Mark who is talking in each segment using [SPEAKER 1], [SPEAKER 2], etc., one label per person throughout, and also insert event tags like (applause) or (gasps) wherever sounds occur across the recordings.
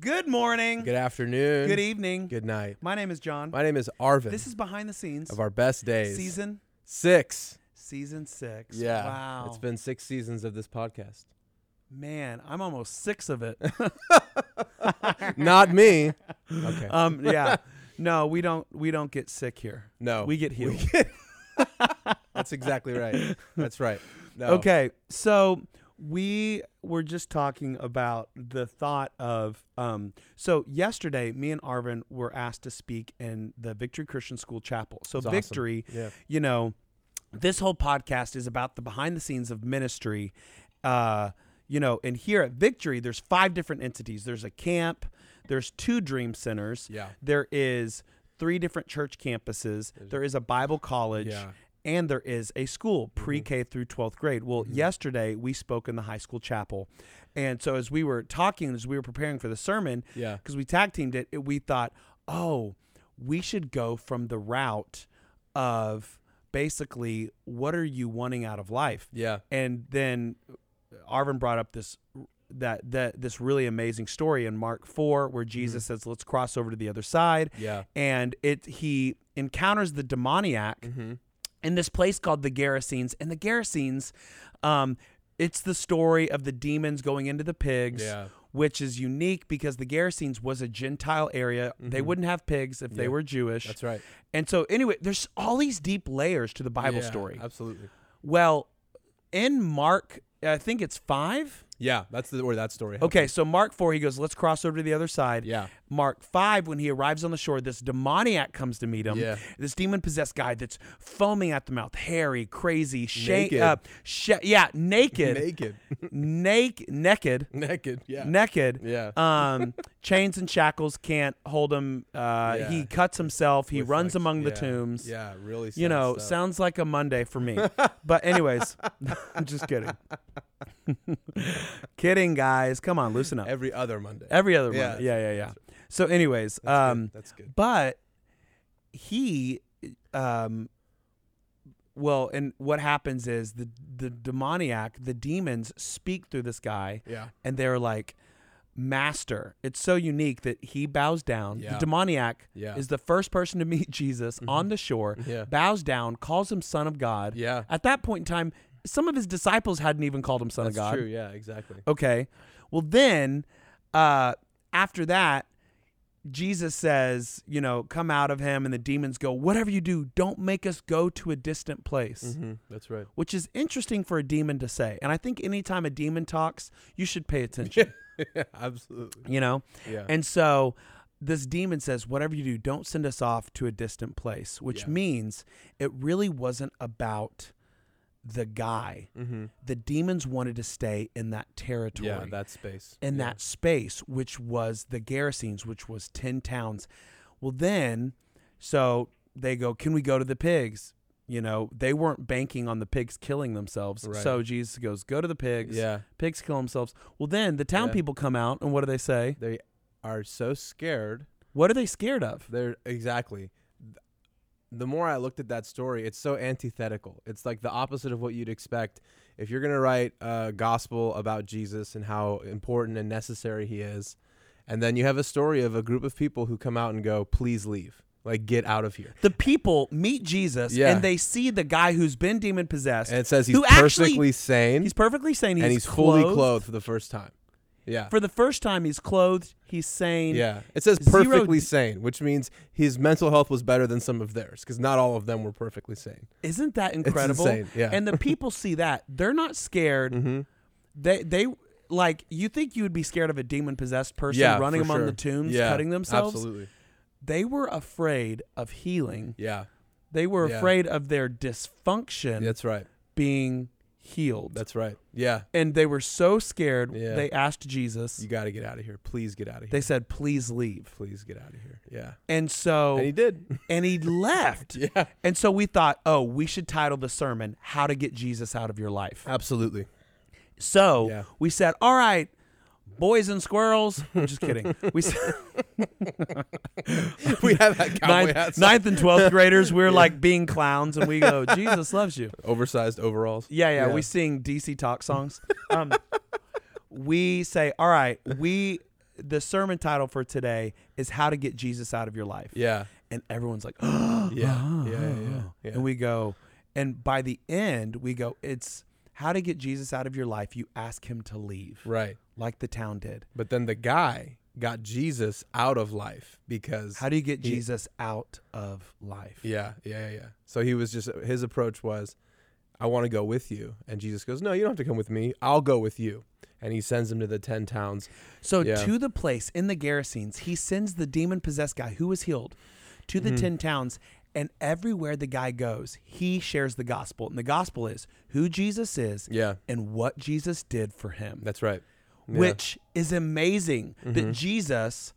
[SPEAKER 1] Good morning.
[SPEAKER 2] Good afternoon.
[SPEAKER 1] Good evening.
[SPEAKER 2] Good night.
[SPEAKER 1] My name is John.
[SPEAKER 2] My name is Arvin.
[SPEAKER 1] This is behind the scenes
[SPEAKER 2] of our best days.
[SPEAKER 1] season
[SPEAKER 2] six.
[SPEAKER 1] season six.
[SPEAKER 2] Yeah.
[SPEAKER 1] Wow.
[SPEAKER 2] It's been six seasons of this podcast.
[SPEAKER 1] man. I'm almost six of
[SPEAKER 2] (laughs)
[SPEAKER 1] it. (laughs)
[SPEAKER 2] Not me. Okay.
[SPEAKER 1] um. Yeah. No, we don't. We don't get sick here.
[SPEAKER 2] no.
[SPEAKER 1] We get healed.
[SPEAKER 2] That's exactly right. That's right. No.
[SPEAKER 1] Okay. So we were just talking about the thought of um so yesterday me and Arvin were asked to speak in the Victory Christian School Chapel. So
[SPEAKER 2] awesome.
[SPEAKER 1] Victory,
[SPEAKER 2] Yeah.
[SPEAKER 1] you know, this whole podcast is about the behind the scenes of ministry. Uh, you know, and here at Victory, there's five different entities. There's a camp, there's two dream centers,
[SPEAKER 2] Yeah.
[SPEAKER 1] there is three different church campuses, there is a Bible college,
[SPEAKER 2] Yeah. Mm-hmm.
[SPEAKER 1] and there is a school, pre K through 12th grade. Well, yesterday we spoke in the high school chapel. And so as we were talking, as we were preparing for the sermon,
[SPEAKER 2] Yeah.
[SPEAKER 1] because we tag teamed it, it- we thought, oh, we should go from the route of basically what are you wanting out of life?
[SPEAKER 2] Yeah.
[SPEAKER 1] And then Arvin brought up this that that this really amazing story in Mark 4 where Jesus says, "Let's cross over to the other side."
[SPEAKER 2] Yeah.
[SPEAKER 1] And it he encounters the demoniac
[SPEAKER 2] Mm-hmm.
[SPEAKER 1] in this place called the Gerasenes. And the Gerasenes, um, it's the story of the demons going into the pigs,
[SPEAKER 2] Yeah.
[SPEAKER 1] which is unique because the Gerasenes was a Gentile area. They wouldn't have pigs if they were Jewish.
[SPEAKER 2] Mm-hmm. That's right.
[SPEAKER 1] And so, anyway, there's all these deep layers to the Bible
[SPEAKER 2] Yeah,
[SPEAKER 1] story.
[SPEAKER 2] Absolutely.
[SPEAKER 1] Well, in Mark, I think it's five.
[SPEAKER 2] Yeah. That's the where that story. happened.
[SPEAKER 1] Okay, so Mark 4, he goes, let's cross over to the other side.
[SPEAKER 2] Yeah.
[SPEAKER 1] Mark 5, when he arrives on the shore, this demoniac comes to meet him.
[SPEAKER 2] Yeah.
[SPEAKER 1] This demon possessed guy that's foaming at the mouth, hairy, crazy, shank
[SPEAKER 2] Naked.
[SPEAKER 1] up. Sh- yeah, naked.
[SPEAKER 2] Naked. (laughs)
[SPEAKER 1] naked. Naked.
[SPEAKER 2] Naked. Yeah.
[SPEAKER 1] Naked.
[SPEAKER 2] yeah.
[SPEAKER 1] Um, (laughs) chains and shackles can't hold him. Uh,
[SPEAKER 2] Yeah.
[SPEAKER 1] He cuts himself. He
[SPEAKER 2] With,
[SPEAKER 1] runs
[SPEAKER 2] like,
[SPEAKER 1] among the
[SPEAKER 2] yeah,
[SPEAKER 1] tombs.
[SPEAKER 2] Yeah. Really.
[SPEAKER 1] You
[SPEAKER 2] sad
[SPEAKER 1] know,
[SPEAKER 2] stuff.
[SPEAKER 1] sounds like a Monday for
[SPEAKER 2] (laughs)
[SPEAKER 1] me. but anyways, (laughs) I'm just kidding. (laughs) kidding, guys. Come on, loosen up.
[SPEAKER 2] every other Monday.
[SPEAKER 1] Every other
[SPEAKER 2] Yeah,
[SPEAKER 1] Monday. Yeah, yeah, yeah. So anyways,
[SPEAKER 2] That's good.
[SPEAKER 1] um
[SPEAKER 2] That's good.
[SPEAKER 1] but he um well, and what happens is the the demoniac, the demons speak through this guy
[SPEAKER 2] Yeah.
[SPEAKER 1] and they're like master. It's so unique that he bows down.
[SPEAKER 2] Yeah.
[SPEAKER 1] The demoniac
[SPEAKER 2] Yeah. Mm-hmm.
[SPEAKER 1] is the first person to meet (laughs) Jesus on the shore,
[SPEAKER 2] Yeah.
[SPEAKER 1] bows down, calls him son of God.
[SPEAKER 2] (laughs) Yeah.
[SPEAKER 1] At that point in time, some of his disciples hadn't even called him son
[SPEAKER 2] That's
[SPEAKER 1] of God.
[SPEAKER 2] true. Yeah. Exactly.
[SPEAKER 1] Okay. Well, then uh, after that, Jesus says, you know, come out of him. And the demons go, whatever you do, don't make us go to a distant place,
[SPEAKER 2] Mhm, That's
[SPEAKER 1] (laughs)
[SPEAKER 2] right.
[SPEAKER 1] which is interesting for a demon to say. And I think anytime a demon talks, you should pay attention,
[SPEAKER 2] Absolutely.
[SPEAKER 1] you know?
[SPEAKER 2] Yeah.
[SPEAKER 1] And so this demon says, whatever you do, don't send us off to a distant place, which
[SPEAKER 2] Yeah.
[SPEAKER 1] means it really wasn't about the guy. The demons wanted to stay in that territory
[SPEAKER 2] Mm-hmm. Yeah. That space.
[SPEAKER 1] in
[SPEAKER 2] Yeah.
[SPEAKER 1] that space, which was the garrisons, which was 10 towns. Well, then, so they go, Can we go to the pigs? You know, they weren't banking on the pigs killing themselves.
[SPEAKER 2] Right.
[SPEAKER 1] So Jesus goes, Go to the pigs.
[SPEAKER 2] Yeah.
[SPEAKER 1] Pigs kill themselves. Well, then the town
[SPEAKER 2] Yeah.
[SPEAKER 1] people come out, and what do they say?
[SPEAKER 2] They are so scared.
[SPEAKER 1] What are they scared of?
[SPEAKER 2] They're exactly. The more I looked at that story, it's so antithetical. It's like the opposite of what you'd expect. If you're going to write a gospel about Jesus and how important and necessary he is, and then you have a story of a group of people who come out and go, please leave. Like, get out of here.
[SPEAKER 1] The people meet Jesus
[SPEAKER 2] Yeah.
[SPEAKER 1] and they see the guy who's been demon possessed.
[SPEAKER 2] And it says he's
[SPEAKER 1] who actually-
[SPEAKER 2] perfectly sane
[SPEAKER 1] he's perfectly sane. He's
[SPEAKER 2] and he's fully
[SPEAKER 1] clothed.
[SPEAKER 2] clothed for the first time. Yeah.
[SPEAKER 1] For the first time, he's clothed. He's sane.
[SPEAKER 2] Yeah, it says
[SPEAKER 1] Zero
[SPEAKER 2] perfectly
[SPEAKER 1] d-
[SPEAKER 2] sane, which means his mental health was better than some of theirs, because not all of them were perfectly sane.
[SPEAKER 1] Isn't that incredible?
[SPEAKER 2] insane, yeah. Mm-hmm.
[SPEAKER 1] And the people see that. They're not scared. They they like you think you would be scared of a demon possessed person
[SPEAKER 2] yeah,
[SPEAKER 1] running
[SPEAKER 2] for
[SPEAKER 1] among
[SPEAKER 2] sure.
[SPEAKER 1] the tombs,
[SPEAKER 2] Yeah,
[SPEAKER 1] cutting themselves.
[SPEAKER 2] Absolutely.
[SPEAKER 1] They were afraid of healing.
[SPEAKER 2] Yeah,
[SPEAKER 1] They were
[SPEAKER 2] Yeah.
[SPEAKER 1] afraid of their dysfunction
[SPEAKER 2] that's right.
[SPEAKER 1] being healed.
[SPEAKER 2] That's right. Yeah,
[SPEAKER 1] and they were so scared
[SPEAKER 2] Yeah.
[SPEAKER 1] they asked Jesus.
[SPEAKER 2] you got to get out of here. Please get out of here.
[SPEAKER 1] they said, "Please leave."
[SPEAKER 2] Please get out of here. Yeah,
[SPEAKER 1] And so
[SPEAKER 2] and he did. (laughs)
[SPEAKER 1] and he left.
[SPEAKER 2] yeah,
[SPEAKER 1] And so we thought, "Oh, we should title the sermon How to Get Jesus Out of Your Life."
[SPEAKER 2] absolutely.
[SPEAKER 1] So
[SPEAKER 2] Uh, Yeah.
[SPEAKER 1] we said, all right, boys and squirrels. I'm just
[SPEAKER 2] (laughs)
[SPEAKER 1] kidding. We s-
[SPEAKER 2] (laughs) we have
[SPEAKER 1] (laughs)
[SPEAKER 2] had cowboy
[SPEAKER 1] ninth,
[SPEAKER 2] hats,
[SPEAKER 1] ninth and
[SPEAKER 2] (laughs)
[SPEAKER 1] twelfth graders, we're like being clowns, and we go, Jesus loves you.
[SPEAKER 2] oversized overalls.
[SPEAKER 1] Yeah, yeah.
[SPEAKER 2] Yeah.
[SPEAKER 1] We sing DC talk
[SPEAKER 2] (laughs)
[SPEAKER 1] songs. Um, we say, all right, we the sermon title for today is how to get Jesus out of your life,
[SPEAKER 2] Yeah,
[SPEAKER 1] and everyone's like, (gasps)
[SPEAKER 2] (laughs) yeah, yeah, yeah. yeah, yeah.
[SPEAKER 1] and we go, and by the end we go, it's how to get Jesus out of your life. You ask him to leave,
[SPEAKER 2] right.
[SPEAKER 1] like the town did.
[SPEAKER 2] But then the guy got Jesus out of life because
[SPEAKER 1] How do you get
[SPEAKER 2] He-
[SPEAKER 1] Jesus out of life?
[SPEAKER 2] Yeah, yeah, yeah. So he was just his approach was, I want to go with you, and Jesus goes, No, you don't have to come with me. I'll go with you, and he sends him to the ten towns.
[SPEAKER 1] So
[SPEAKER 2] Yeah.
[SPEAKER 1] to the place in the Gerasenes, he sends the demon possessed guy who was healed to
[SPEAKER 2] Mm-hmm.
[SPEAKER 1] the ten towns, and everywhere the guy goes, he shares the gospel. And the gospel is who Jesus is
[SPEAKER 2] Yeah,
[SPEAKER 1] and what Jesus did for him,
[SPEAKER 2] that's right. Yeah. Mm-hmm.
[SPEAKER 1] which is amazing that Jesus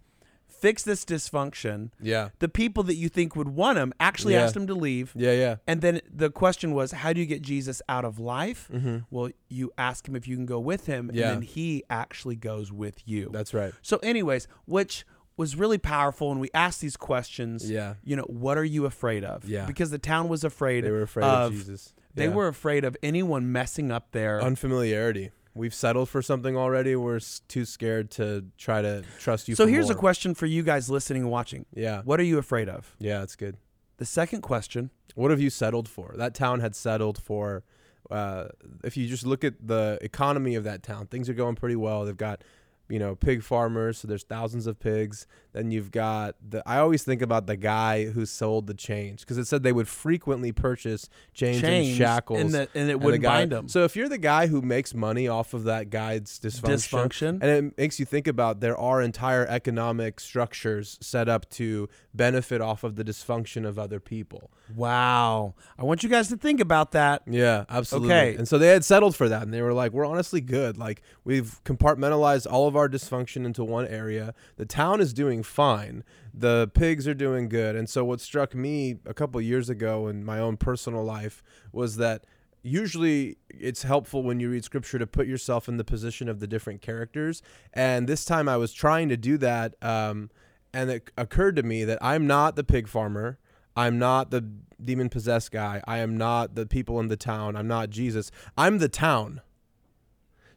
[SPEAKER 1] fixed this dysfunction.
[SPEAKER 2] Yeah,
[SPEAKER 1] The people that you think would want him actually
[SPEAKER 2] Yeah.
[SPEAKER 1] asked him to leave.
[SPEAKER 2] yeah, yeah.
[SPEAKER 1] And then the question was, how do you get Jesus out of life? Well, you ask him if you can go with him,
[SPEAKER 2] Mm-hmm. Yeah.
[SPEAKER 1] and then he actually goes with you.
[SPEAKER 2] That's right.
[SPEAKER 1] So, anyways, which was really powerful, and we asked these questions.
[SPEAKER 2] Yeah.
[SPEAKER 1] You know, what are you afraid of?
[SPEAKER 2] Yeah.
[SPEAKER 1] Because the town was afraid.
[SPEAKER 2] They were afraid
[SPEAKER 1] of,
[SPEAKER 2] of, Jesus.
[SPEAKER 1] They
[SPEAKER 2] Yeah.
[SPEAKER 1] were afraid of anyone messing up their.
[SPEAKER 2] unfamiliarity. We've settled for something already. We're s- too scared to try to trust you.
[SPEAKER 1] so
[SPEAKER 2] for
[SPEAKER 1] here's a
[SPEAKER 2] more.
[SPEAKER 1] question for you guys listening and watching.
[SPEAKER 2] Yeah,
[SPEAKER 1] What are you afraid of?
[SPEAKER 2] yeah, it's good.
[SPEAKER 1] The second question.
[SPEAKER 2] What have you settled for? That town had settled for. Uh, if you just look at the economy of that town, things are going pretty well. They've got, you know, pig farmers, so there's thousands of pigs. Then you've got the. I always think about the guy who sold the chains because it said they would frequently purchase chains, and
[SPEAKER 1] Chains
[SPEAKER 2] shackles.
[SPEAKER 1] and, the, and it
[SPEAKER 2] and the
[SPEAKER 1] wouldn't
[SPEAKER 2] guy-
[SPEAKER 1] bind them.
[SPEAKER 2] So if you're the guy who makes money off of that guy's dysfunction,
[SPEAKER 1] Dysfunction.
[SPEAKER 2] And it makes you think about there are entire economic structures set up to benefit off of the dysfunction of other people.
[SPEAKER 1] Wow. I want you guys to think about that.
[SPEAKER 2] Yeah, absolutely.
[SPEAKER 1] Okay.
[SPEAKER 2] And so they had settled for that and they were like, we're honestly good. Like, we've compartmentalized all of our dysfunction into one area. The town is doing fine, the pigs are doing good. And so, what struck me a couple years ago in my own personal life was that usually it's helpful when you read scripture to put yourself in the position of the different characters. And this time I was trying to do that. Um, and it occurred to me that I'm not the pig farmer. I'm not the demon possessed guy. I am not the people in the town. I'm not Jesus. I'm the town.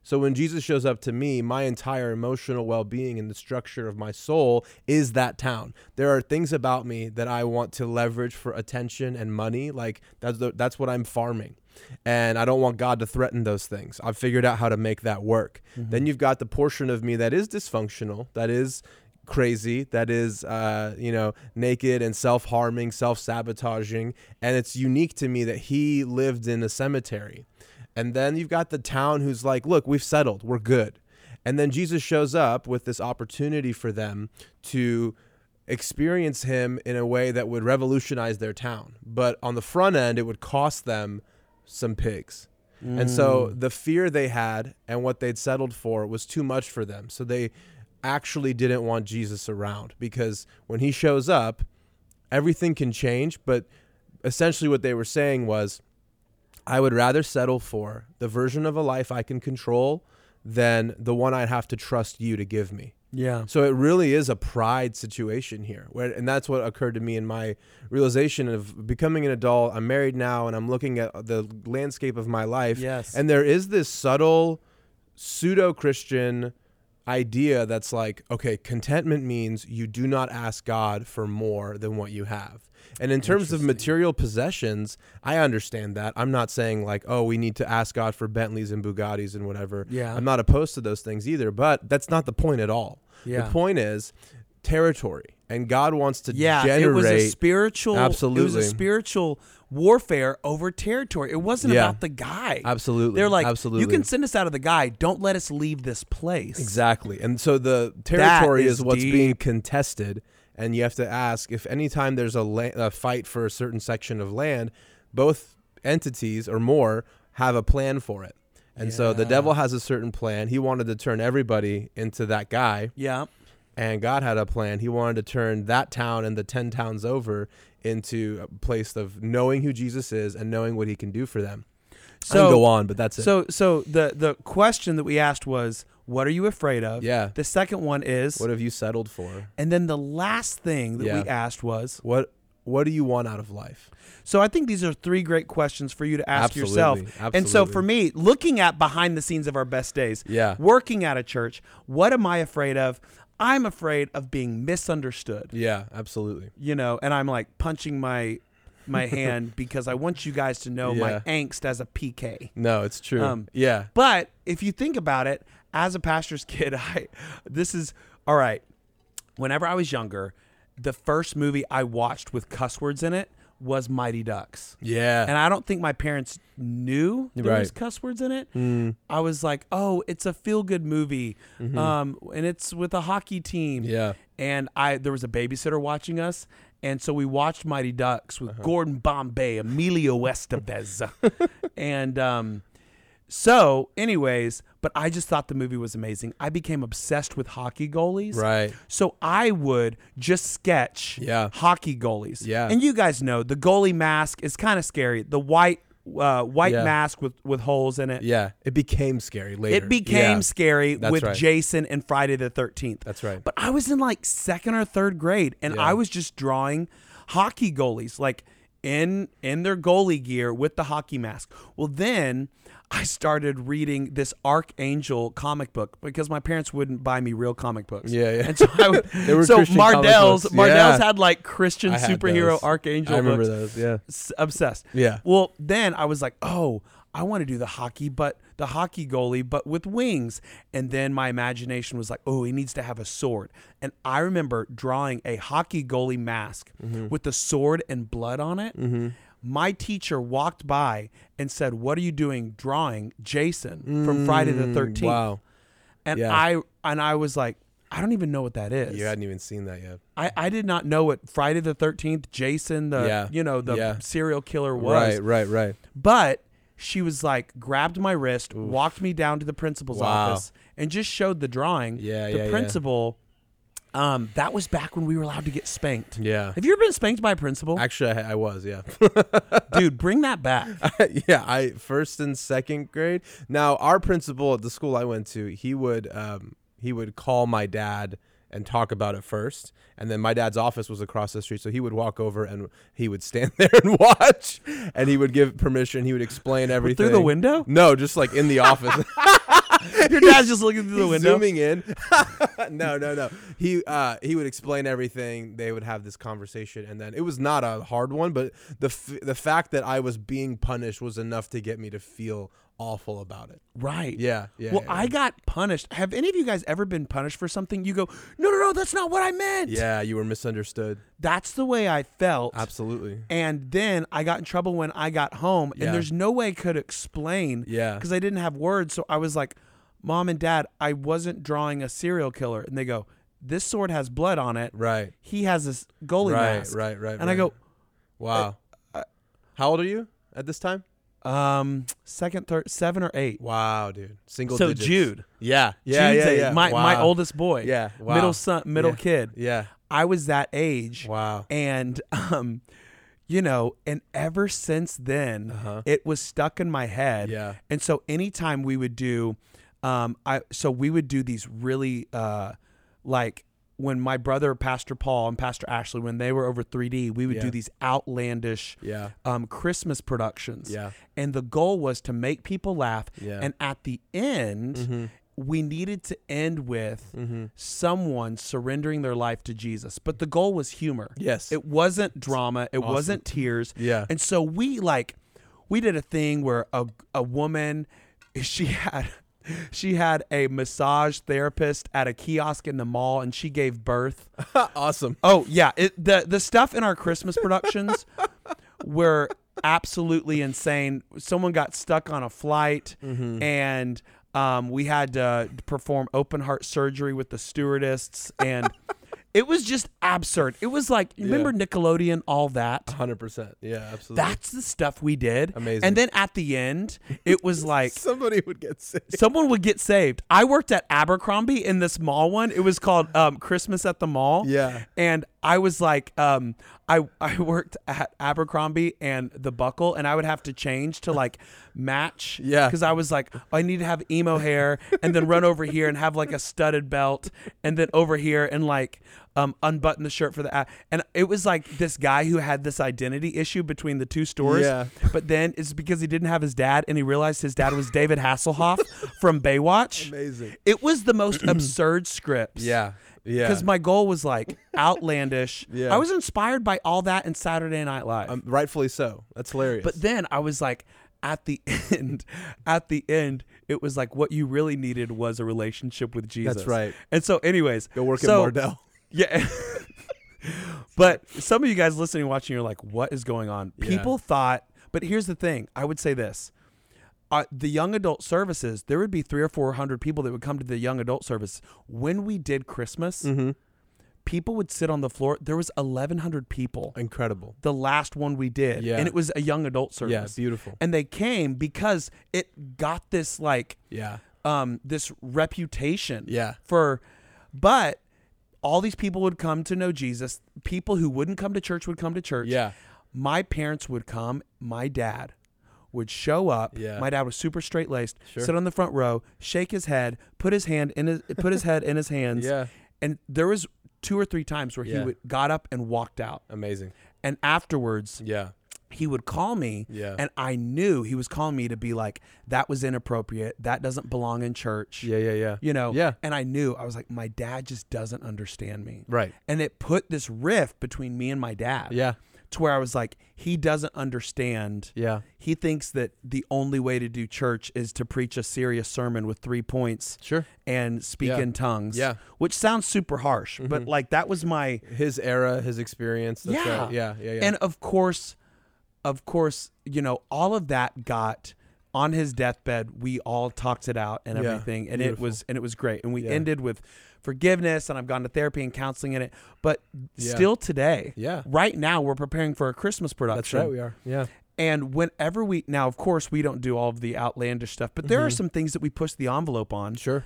[SPEAKER 2] So when Jesus shows up to me, my entire emotional well being and the structure of my soul is that town. There are things about me that I want to leverage for attention and money. Like that's the, that's what I'm farming. And I don't want God to threaten those things. I've figured out how to make that work. Then you've got the portion of me that is dysfunctional, that is crazy that is uh you know naked and self-harming self-sabotaging and it's unique to me that he lived in a cemetery and then you've got the town who's like look we've settled we're good and then jesus shows up with this opportunity for them to experience him in a way that would revolutionize their town but on the front end it would cost them some pigs and so the fear they had and what they'd settled for was too much for them. So they actually didn't want Jesus around because when he shows up, everything can change. But essentially, what they were saying was, I would rather settle for the version of a life I can control than the one I'd have to trust you to give me.
[SPEAKER 1] Yeah.
[SPEAKER 2] So it really is a pride situation here, where, and that's what occurred to me in my realization of becoming an adult. I'm married now, and I'm looking at the landscape of my life.
[SPEAKER 1] Yes.
[SPEAKER 2] and there is this subtle pseudo Christian idea that's like, okay, contentment means you do not ask God for more than what you have. And in terms of material possessions, I understand that. I'm not saying like, oh, we need to ask God for Bentleys and Bugattis and whatever.
[SPEAKER 1] Yeah.
[SPEAKER 2] I'm not opposed to those things either, but that's not the point at all.
[SPEAKER 1] Yeah.
[SPEAKER 2] The point is territory, and God wants to
[SPEAKER 1] Yeah,
[SPEAKER 2] generate.
[SPEAKER 1] it was a spiritual. It was a
[SPEAKER 2] Absolutely.
[SPEAKER 1] spiritual warfare over territory. It wasn't
[SPEAKER 2] Yeah.
[SPEAKER 1] about the guy.
[SPEAKER 2] absolutely,
[SPEAKER 1] They're like,
[SPEAKER 2] absolutely,
[SPEAKER 1] you can send us out of the guy. Don't let us leave this place.
[SPEAKER 2] exactly. And so the territory
[SPEAKER 1] is
[SPEAKER 2] is, what's
[SPEAKER 1] deep.
[SPEAKER 2] being contested, and you have to ask if anytime there's a, la- a fight for a certain section of land, both entities or more have a plan for it. And so the
[SPEAKER 1] Yeah.
[SPEAKER 2] devil has a certain plan. He wanted to turn everybody into that guy.
[SPEAKER 1] Yeah.
[SPEAKER 2] and God had a plan. He wanted to turn that town and the 10 towns over into a place of knowing who Jesus is and knowing what he can do for them. I can
[SPEAKER 1] So
[SPEAKER 2] go on, but that's it.
[SPEAKER 1] so so the the question that we asked was, What are you afraid of?
[SPEAKER 2] Yeah.
[SPEAKER 1] The second one is,
[SPEAKER 2] What have you settled for?
[SPEAKER 1] and then the last thing that
[SPEAKER 2] Yeah.
[SPEAKER 1] we asked was.
[SPEAKER 2] What What do you want out of life?
[SPEAKER 1] So I think these are three great questions for you to ask
[SPEAKER 2] Absolutely,
[SPEAKER 1] yourself. And so
[SPEAKER 2] absolutely.
[SPEAKER 1] for me, looking at behind the scenes of our best days,
[SPEAKER 2] Yeah.
[SPEAKER 1] working at a church, what am I afraid of? I'm afraid of being misunderstood.
[SPEAKER 2] Yeah, absolutely.
[SPEAKER 1] you know, and I'm like punching my
[SPEAKER 2] (laughs)
[SPEAKER 1] my hand because I want you guys to know my
[SPEAKER 2] Yeah.
[SPEAKER 1] angst as a PK.
[SPEAKER 2] No, it's true.
[SPEAKER 1] Um,
[SPEAKER 2] yeah.
[SPEAKER 1] But if you think about it, as a pastor's (laughs) kid, I this is all right. Whenever I was younger, the first movie I watched with cuss words in it was Mighty Ducks.
[SPEAKER 2] Yeah.
[SPEAKER 1] (laughs) And I don't think my parents knew there was
[SPEAKER 2] Right. Mm.
[SPEAKER 1] cuss words in it. I was like, "Oh, it's a feel-good movie, um, and it's with a hockey team."
[SPEAKER 2] Mm-hmm. yeah.
[SPEAKER 1] and I there was a babysitter watching us, and so we watched Mighty Ducks
[SPEAKER 2] Uh-huh.
[SPEAKER 1] with Gordon Bombay,
[SPEAKER 2] (laughs)
[SPEAKER 1] Emilio Estevez, and um, so anyways, but I just thought the movie was amazing. I became obsessed with hockey goalies,
[SPEAKER 2] Right.
[SPEAKER 1] So I would just sketch
[SPEAKER 2] Yeah.
[SPEAKER 1] hockey goalies,
[SPEAKER 2] Yeah.
[SPEAKER 1] and you guys know the goalie mask is kind of scary, the white uh, white
[SPEAKER 2] Yeah.
[SPEAKER 1] mask with with holes in it.
[SPEAKER 2] Yeah. It became scary later.
[SPEAKER 1] It became
[SPEAKER 2] Yeah.
[SPEAKER 1] scary
[SPEAKER 2] That's
[SPEAKER 1] with
[SPEAKER 2] right.
[SPEAKER 1] Jason and Friday the 13th.
[SPEAKER 2] That's right.
[SPEAKER 1] But I was in like second or third grade and
[SPEAKER 2] Yeah.
[SPEAKER 1] I was just drawing hockey goalies like in in their goalie gear with the hockey mask. Well then I started reading this Archangel comic book because my parents wouldn't buy me real comic books.
[SPEAKER 2] Yeah, yeah.
[SPEAKER 1] And so I would,
[SPEAKER 2] (laughs) They were
[SPEAKER 1] so
[SPEAKER 2] Christian comic
[SPEAKER 1] Mardell's
[SPEAKER 2] books.
[SPEAKER 1] Mardell's
[SPEAKER 2] Yeah.
[SPEAKER 1] had like Christian
[SPEAKER 2] I had
[SPEAKER 1] superhero
[SPEAKER 2] those.
[SPEAKER 1] Archangel
[SPEAKER 2] I remember
[SPEAKER 1] books
[SPEAKER 2] those. Yeah.
[SPEAKER 1] s- obsessed.
[SPEAKER 2] Yeah.
[SPEAKER 1] Well, then I was like, oh, I want to do the hockey, but the hockey goalie, but with wings. And then my imagination was like, oh, he needs to have a sword. And I remember drawing a hockey goalie mask
[SPEAKER 2] Mm-hmm.
[SPEAKER 1] with the sword and blood on it. My teacher walked by and said, "What are you doing drawing Jason from Friday the 13th?"
[SPEAKER 2] Mm, Wow.
[SPEAKER 1] And
[SPEAKER 2] yeah.
[SPEAKER 1] I and I was like, "I don't even know what that is."
[SPEAKER 2] You hadn't even seen that yet.
[SPEAKER 1] I, I did not know what Friday the 13th, Jason the
[SPEAKER 2] Yeah.
[SPEAKER 1] you know, the
[SPEAKER 2] Yeah.
[SPEAKER 1] serial killer was.
[SPEAKER 2] Right, right, right.
[SPEAKER 1] But she was like, grabbed my wrist, walked me down to the principal's
[SPEAKER 2] Wow.
[SPEAKER 1] office, and just showed the drawing.
[SPEAKER 2] Yeah,
[SPEAKER 1] the
[SPEAKER 2] yeah, yeah.
[SPEAKER 1] principal. Um, that was back when we were allowed to get spanked.
[SPEAKER 2] Yeah.
[SPEAKER 1] Have you ever been spanked by a principal, Uh,
[SPEAKER 2] Actually, I, I was, yeah.
[SPEAKER 1] dude? Bring that
[SPEAKER 2] (laughs)
[SPEAKER 1] back. (laughs)
[SPEAKER 2] yeah, I first and second grade. Now, our principal at the school I went to, he would um, he would call my dad and talk about it first, and then my dad's office was across the street, so he would walk over and he would stand (laughs) there and watch, and he would give permission. He would explain everything
[SPEAKER 1] Through the window.
[SPEAKER 2] No, just like in the office.
[SPEAKER 1] Your dad's just looking through the
[SPEAKER 2] He's
[SPEAKER 1] window.
[SPEAKER 2] Zooming in. (laughs) no, no, no. He uh, he would explain everything. They would have this conversation, and then it was not a hard one, but the f- the fact that I was being punished was enough to get me to feel awful about it.
[SPEAKER 1] Right.
[SPEAKER 2] Yeah, yeah.
[SPEAKER 1] Well,
[SPEAKER 2] yeah.
[SPEAKER 1] I got punished. Have any of you guys ever been punished for something? You go, no, no, no, that's not what I meant.
[SPEAKER 2] yeah, you were misunderstood.
[SPEAKER 1] That's the way I felt.
[SPEAKER 2] Absolutely.
[SPEAKER 1] And then I got in trouble when I got home,
[SPEAKER 2] Yeah.
[SPEAKER 1] and there's no way I could explain
[SPEAKER 2] Yeah.
[SPEAKER 1] because I didn't have words. So I was like, Mom and Dad, I wasn't drawing a serial killer. And they go, This sword has blood on it.
[SPEAKER 2] Right.
[SPEAKER 1] He has this goalie
[SPEAKER 2] Right.
[SPEAKER 1] mask.
[SPEAKER 2] Right. Right.
[SPEAKER 1] And I go,
[SPEAKER 2] wow. How old are you at this time?
[SPEAKER 1] um, second, third, seven or eight.
[SPEAKER 2] Wow, dude. Single.
[SPEAKER 1] so
[SPEAKER 2] digits.
[SPEAKER 1] Jude.
[SPEAKER 2] Yeah. Yeah.
[SPEAKER 1] Jude's
[SPEAKER 2] yeah,
[SPEAKER 1] eight.
[SPEAKER 2] yeah.
[SPEAKER 1] My, my
[SPEAKER 2] Wow.
[SPEAKER 1] oldest boy.
[SPEAKER 2] Yeah. Wow.
[SPEAKER 1] Middle son, middle
[SPEAKER 2] Yeah.
[SPEAKER 1] kid.
[SPEAKER 2] Yeah.
[SPEAKER 1] I was that age.
[SPEAKER 2] Wow.
[SPEAKER 1] and (laughs) um you know and ever since then
[SPEAKER 2] Uh-huh.
[SPEAKER 1] it was stuck in my head
[SPEAKER 2] Yeah.
[SPEAKER 1] and so anytime we would do um i so we would do these really uh like when my brother pastor paul and pastor ashley when they were over 3d we would
[SPEAKER 2] Yeah.
[SPEAKER 1] do these outlandish
[SPEAKER 2] Yeah.
[SPEAKER 1] um christmas productions
[SPEAKER 2] Yeah.
[SPEAKER 1] and the goal was to make people laugh
[SPEAKER 2] Yeah. Mm-hmm.
[SPEAKER 1] and at the end we needed to end with someone surrendering their life to jesus but the goal was humor
[SPEAKER 2] Yes.
[SPEAKER 1] it wasn't drama. It wasn't tears.
[SPEAKER 2] Yeah.
[SPEAKER 1] And so we like, we did a thing where a a woman, (laughs) she had, she had a massage therapist at a kiosk in the mall, and she gave birth.
[SPEAKER 2] (laughs) awesome.
[SPEAKER 1] Oh yeah, it, the the stuff in our Christmas productions (laughs) were absolutely insane. Someone got stuck on a flight, and um, we had to perform open heart surgery with the stewardess, and (laughs) it was just absurd. It was like you remember Nickelodeon, all that.
[SPEAKER 2] Hundred percent. Yeah, absolutely.
[SPEAKER 1] That's the stuff we did.
[SPEAKER 2] Uh-huh. Amazing.
[SPEAKER 1] And then at the end, it was like
[SPEAKER 2] (laughs) Somebody would get sick.
[SPEAKER 1] someone would get saved. I worked at Abercrombie in this mall one. It was called um, Christmas at the Mall.
[SPEAKER 2] Yeah.
[SPEAKER 1] And I was like, um, I I worked at Abercrombie and the buckle, and I would have to change to like match.
[SPEAKER 2] Yeah.
[SPEAKER 1] Because I was like, I need to have emo hair, and then run over here and have like a studded belt, and then over here and like um unbutton the shirt for the. a- And it was like this guy who had this identity issue between the two stores.
[SPEAKER 2] Yeah.
[SPEAKER 1] But then it's because he didn't have his dad, and he realized his dad was David Hasselhoff from Baywatch.
[SPEAKER 2] Amazing.
[SPEAKER 1] It was the most absurd scripts.
[SPEAKER 2] Yeah. Yeah.
[SPEAKER 1] Because my goal was like outlandish.
[SPEAKER 2] Yeah.
[SPEAKER 1] I was inspired by all that in Saturday Night Live.
[SPEAKER 2] um, rightfully so. That's hilarious.
[SPEAKER 1] but then I was like, at the (laughs) end, at the end, it was like what you really needed was a relationship with Jesus.
[SPEAKER 2] right.
[SPEAKER 1] And so, anyways,
[SPEAKER 2] go work
[SPEAKER 1] so-
[SPEAKER 2] at (laughs) Bardell.
[SPEAKER 1] Yeah. (laughs) but some of you guys listening, watching, you're like, what is going on?
[SPEAKER 2] Yeah.
[SPEAKER 1] People thought, but here's the thing I would say this. Uh, the young adult services, there would be three or four hundred people that would come to the young adult service. When we did Christmas,
[SPEAKER 2] Mm-hmm.
[SPEAKER 1] people would sit on the floor. There was 1,100 people.
[SPEAKER 2] Incredible.
[SPEAKER 1] The last one we did,
[SPEAKER 2] Yeah.
[SPEAKER 1] and it was a young adult service.
[SPEAKER 2] Yeah. Beautiful.
[SPEAKER 1] and they came because it got this like
[SPEAKER 2] Yeah.
[SPEAKER 1] um this reputation
[SPEAKER 2] Yeah.
[SPEAKER 1] for but all these people would come to know Jesus. People who wouldn't come to church would come to church.
[SPEAKER 2] Yeah.
[SPEAKER 1] My parents would come, my dad would show up.
[SPEAKER 2] Yeah.
[SPEAKER 1] My dad was super straight laced,
[SPEAKER 2] Sure.
[SPEAKER 1] sit on the front row, shake his head, put his hand in his put his head in his hands.
[SPEAKER 2] (laughs) Yeah.
[SPEAKER 1] And there was two or three times where
[SPEAKER 2] Yeah.
[SPEAKER 1] he would got up and walked out.
[SPEAKER 2] Amazing.
[SPEAKER 1] And afterwards
[SPEAKER 2] Yeah.
[SPEAKER 1] he would call me
[SPEAKER 2] Yeah.
[SPEAKER 1] and I knew he was calling me to be like, that was inappropriate. That doesn't belong in church.
[SPEAKER 2] Yeah. Yeah. Yeah.
[SPEAKER 1] You know?
[SPEAKER 2] Yeah.
[SPEAKER 1] And I knew I was like, my dad just doesn't understand me.
[SPEAKER 2] Right.
[SPEAKER 1] And it put this rift between me and my dad
[SPEAKER 2] Yeah.
[SPEAKER 1] to where I was like, he doesn't understand.
[SPEAKER 2] Yeah.
[SPEAKER 1] He thinks that the only way to do church is to preach a serious sermon with three points
[SPEAKER 2] Sure.
[SPEAKER 1] and speak
[SPEAKER 2] Yeah.
[SPEAKER 1] in tongues.
[SPEAKER 2] Yeah. Mm-hmm.
[SPEAKER 1] Which sounds super harsh, but like that was my
[SPEAKER 2] His era, his experience. That's
[SPEAKER 1] Yeah.
[SPEAKER 2] Right. Yeah. Yeah. Yeah.
[SPEAKER 1] and of course, of course, you know, all of that got on his deathbed. We all talked it out and
[SPEAKER 2] Yeah,
[SPEAKER 1] everything, and
[SPEAKER 2] beautiful.
[SPEAKER 1] it was and it was great. And we
[SPEAKER 2] Yeah.
[SPEAKER 1] ended with forgiveness, and I've gone to therapy and counseling in it. But
[SPEAKER 2] Yeah.
[SPEAKER 1] still today,
[SPEAKER 2] yeah.
[SPEAKER 1] right now, we're preparing for a Christmas production.
[SPEAKER 2] That's right. We are. Yeah.
[SPEAKER 1] And whenever we now, of course, we don't do all of the outlandish stuff, but there
[SPEAKER 2] Mm-hmm.
[SPEAKER 1] are some things that we push the envelope on.
[SPEAKER 2] Sure.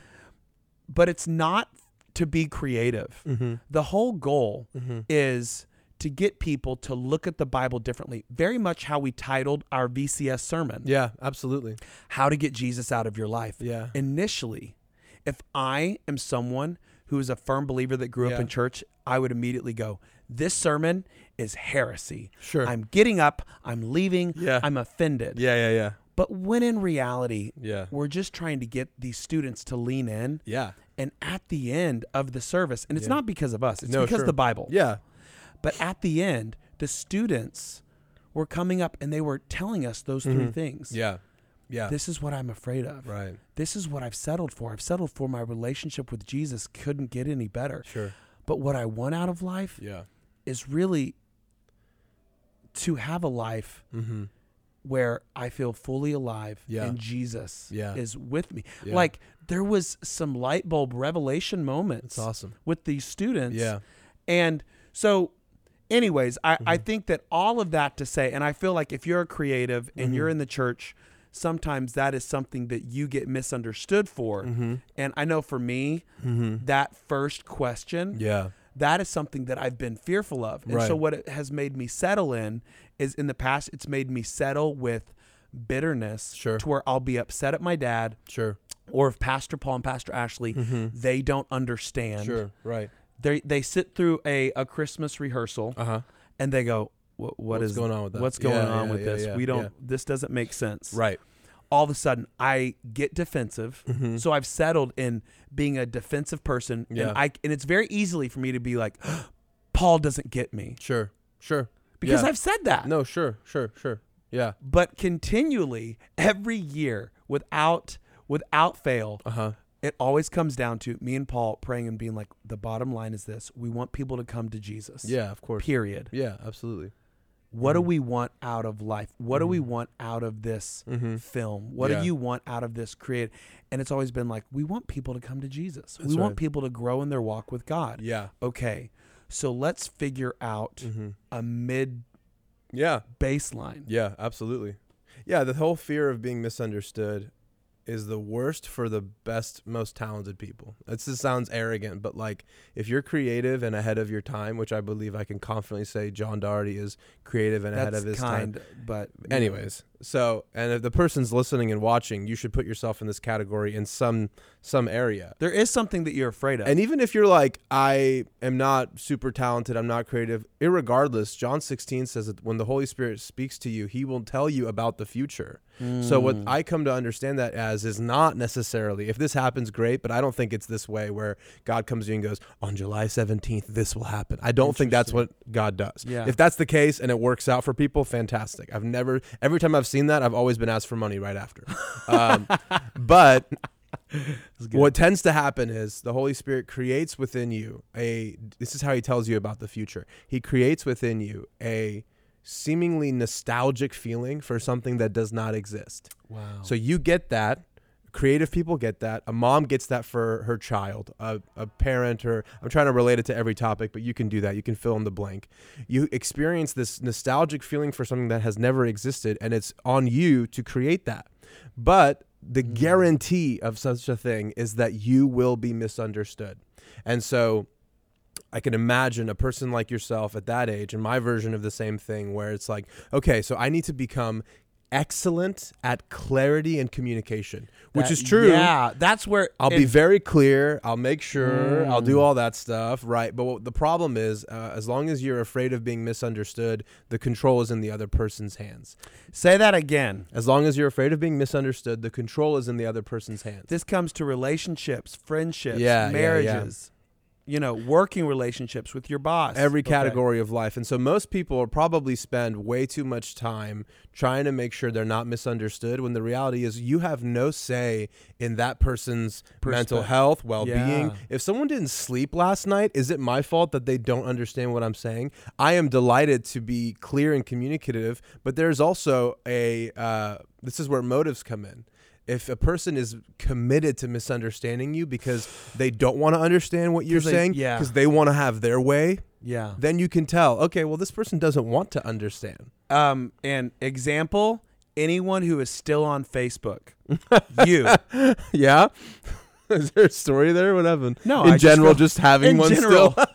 [SPEAKER 1] But it's not to be creative.
[SPEAKER 2] Mm-hmm.
[SPEAKER 1] The whole goal is to get people to look at the Bible differently. Very much how we titled our VCS sermon,
[SPEAKER 2] Yeah. Absolutely.
[SPEAKER 1] How to Get Jesus Out of Your Life.
[SPEAKER 2] Yeah.
[SPEAKER 1] Initially, if I am someone who is a firm believer that grew up
[SPEAKER 2] Yeah.
[SPEAKER 1] in church, I would immediately go, This sermon is heresy.
[SPEAKER 2] Sure.
[SPEAKER 1] I'm getting up, I'm leaving,
[SPEAKER 2] Yeah.
[SPEAKER 1] I'm offended.
[SPEAKER 2] yeah. Yeah. Yeah.
[SPEAKER 1] But when in reality,
[SPEAKER 2] Yeah.
[SPEAKER 1] we're just trying to get these students to lean in.
[SPEAKER 2] Yeah.
[SPEAKER 1] And at the end of the service, and it's not because of us, it's
[SPEAKER 2] No,
[SPEAKER 1] because
[SPEAKER 2] sure.
[SPEAKER 1] the Bible.
[SPEAKER 2] Yeah.
[SPEAKER 1] But at the end, the students were coming up and they were telling us those three things.
[SPEAKER 2] Mm-hmm. Yeah. Yeah.
[SPEAKER 1] This is what I'm afraid of.
[SPEAKER 2] right.
[SPEAKER 1] This is what I've settled for. I've settled for my relationship with Jesus couldn't get any better.
[SPEAKER 2] Sure.
[SPEAKER 1] But what I want out of life
[SPEAKER 2] Yeah.
[SPEAKER 1] is really to have a life
[SPEAKER 2] Mm-hmm.
[SPEAKER 1] where I feel fully alive
[SPEAKER 2] Yeah.
[SPEAKER 1] and Jesus
[SPEAKER 2] Yeah.
[SPEAKER 1] is with me.
[SPEAKER 2] Yeah.
[SPEAKER 1] Like there was some light bulb revelation moments
[SPEAKER 2] It's awesome.
[SPEAKER 1] with these students.
[SPEAKER 2] Yeah.
[SPEAKER 1] And so anyways, I, I
[SPEAKER 2] Mm-hmm.
[SPEAKER 1] think that all of that to say, and I feel like if you're a creative and
[SPEAKER 2] Mm-hmm.
[SPEAKER 1] you're in the church, sometimes that is something that you get misunderstood for.
[SPEAKER 2] Mm-hmm.
[SPEAKER 1] And I know for me, that first question
[SPEAKER 2] Yeah.
[SPEAKER 1] that is something that I've been fearful of. And
[SPEAKER 2] Right.
[SPEAKER 1] so what it has made me settle in is in the past it's made me settle with bitterness
[SPEAKER 2] Sure.
[SPEAKER 1] to where I'll be upset at my dad
[SPEAKER 2] Sure.
[SPEAKER 1] or if Pastor Paul and Pastor Ashley they don't understand.
[SPEAKER 2] Mm-hmm. Sure. Right.
[SPEAKER 1] They they sit through a a Christmas rehearsal
[SPEAKER 2] Uh huh.
[SPEAKER 1] and they go "Wh- what
[SPEAKER 2] What's
[SPEAKER 1] is-
[SPEAKER 2] going on with that?"
[SPEAKER 1] What's going
[SPEAKER 2] Yeah,
[SPEAKER 1] on
[SPEAKER 2] yeah,
[SPEAKER 1] with
[SPEAKER 2] yeah,
[SPEAKER 1] this?
[SPEAKER 2] yeah,
[SPEAKER 1] we don't
[SPEAKER 2] yeah.
[SPEAKER 1] this doesn't make sense.
[SPEAKER 2] Right.
[SPEAKER 1] All of a sudden I get defensive. So I've settled in being a defensive person
[SPEAKER 2] Mm-hmm. Yeah.
[SPEAKER 1] and I and it's very easily for me to be like (gasps) Paul doesn't get me.
[SPEAKER 2] Sure. Sure.
[SPEAKER 1] because
[SPEAKER 2] Yeah.
[SPEAKER 1] I've said that.
[SPEAKER 2] No. Sure. Sure. Sure. Yeah.
[SPEAKER 1] But continually, every year, without without fail,
[SPEAKER 2] Uh huh.
[SPEAKER 1] it always comes down to me and Paul praying and being like, the bottom line is this: we want people to come to Jesus.
[SPEAKER 2] Yeah. Of course.
[SPEAKER 1] Period.
[SPEAKER 2] Yeah. Absolutely.
[SPEAKER 1] What
[SPEAKER 2] Mm-hmm.
[SPEAKER 1] do we want out of life? What do we want out of this film? What
[SPEAKER 2] Mm-hmm. Yeah.
[SPEAKER 1] do you want out of this create? And it's always been like, we want people to come to Jesus.
[SPEAKER 2] That's
[SPEAKER 1] we want
[SPEAKER 2] right.
[SPEAKER 1] people to grow in their walk with God.
[SPEAKER 2] Yeah.
[SPEAKER 1] Okay. So let's figure out
[SPEAKER 2] Mm.
[SPEAKER 1] a mid
[SPEAKER 2] Mm-hmm. Yeah.
[SPEAKER 1] baseline.
[SPEAKER 2] Yeah, absolutely. Yeah, the whole fear of being misunderstood is the worst for the best, most talented people. This just sounds arrogant, but like if you're creative and ahead of your time, which I believe I can confidently say John Doherty is creative and ahead
[SPEAKER 1] That's
[SPEAKER 2] of his time.
[SPEAKER 1] kind, but
[SPEAKER 2] Anyways, so and if the person's listening and watching, you should put yourself in this category in some some area.
[SPEAKER 1] there is something that you're afraid of.
[SPEAKER 2] And even if you're like, I am not super talented, I'm not creative, irregardless, John 16 says that when the Holy Spirit speaks to you, he will tell you about the future. So, what I come to understand that as is not necessarily, if this happens, great, but I don't think it's this way where God comes to you and goes, on July 17th, this will happen. I don't think that's what God does.
[SPEAKER 1] Yeah.
[SPEAKER 2] If that's the case and it works out for people, fantastic. I've never, every time I've seen that, I've always been asked for money right after. Um, but what tends to happen is the Holy Spirit creates within you a this is how he tells you about the future. He creates within you a seemingly nostalgic feeling for something that does not exist.
[SPEAKER 1] wow.
[SPEAKER 2] So you get that. Creative people get that. A mom gets that for her child. A, a parent, or I'm trying to relate it to every topic, but you can do that. You can fill in the blank. You experience this nostalgic feeling for something that has never existed, and it's on you to create that. But the guarantee of such a thing is that you will be misunderstood. And so I can imagine a person like yourself at that age and my version of the same thing where it's like, okay, so I need to become excellent at clarity and communication, which
[SPEAKER 1] That-
[SPEAKER 2] is true.
[SPEAKER 1] Yeah, that's where
[SPEAKER 2] I'll be
[SPEAKER 1] it-
[SPEAKER 2] very clear. I'll make sure. I'll
[SPEAKER 1] Mm.
[SPEAKER 2] do all that stuff, right? But what the problem is, uh, as long as you're afraid of being misunderstood, the control is in the other person's hands.
[SPEAKER 1] Say that again.
[SPEAKER 2] As long as you're afraid of being misunderstood, the control is in the other person's hands.
[SPEAKER 1] This comes to relationships, friendships,
[SPEAKER 2] Yeah, yeah, yeah.
[SPEAKER 1] marriages, you know, working relationships with your boss.
[SPEAKER 2] every
[SPEAKER 1] Okay.
[SPEAKER 2] category of life. And so most people probably spend way too much time trying to make sure they're not misunderstood when the reality is you have no say in that person's mental
[SPEAKER 1] Perspec-
[SPEAKER 2] health, well-being.
[SPEAKER 1] Yeah.
[SPEAKER 2] If someone didn't sleep last night, is it my fault that they don't understand what I'm saying? I am delighted to be clear and communicative, but there's also a uh, this is where motives come in. If a person is committed to misunderstanding you because they don't want to understand what you're
[SPEAKER 1] 'Cause they-
[SPEAKER 2] saying,
[SPEAKER 1] yeah.
[SPEAKER 2] because they want to have their way,
[SPEAKER 1] Yeah.
[SPEAKER 2] then you can tell, okay, well, this person doesn't want to understand. (laughs)
[SPEAKER 1] Um, and example, anyone who is still on (laughs) Facebook. you.
[SPEAKER 2] yeah. (laughs) Is there a story there? What happened?
[SPEAKER 1] No,
[SPEAKER 2] in
[SPEAKER 1] I just
[SPEAKER 2] general,
[SPEAKER 1] feel-
[SPEAKER 2] just, having
[SPEAKER 1] in
[SPEAKER 2] one
[SPEAKER 1] general. (laughs)
[SPEAKER 2] still.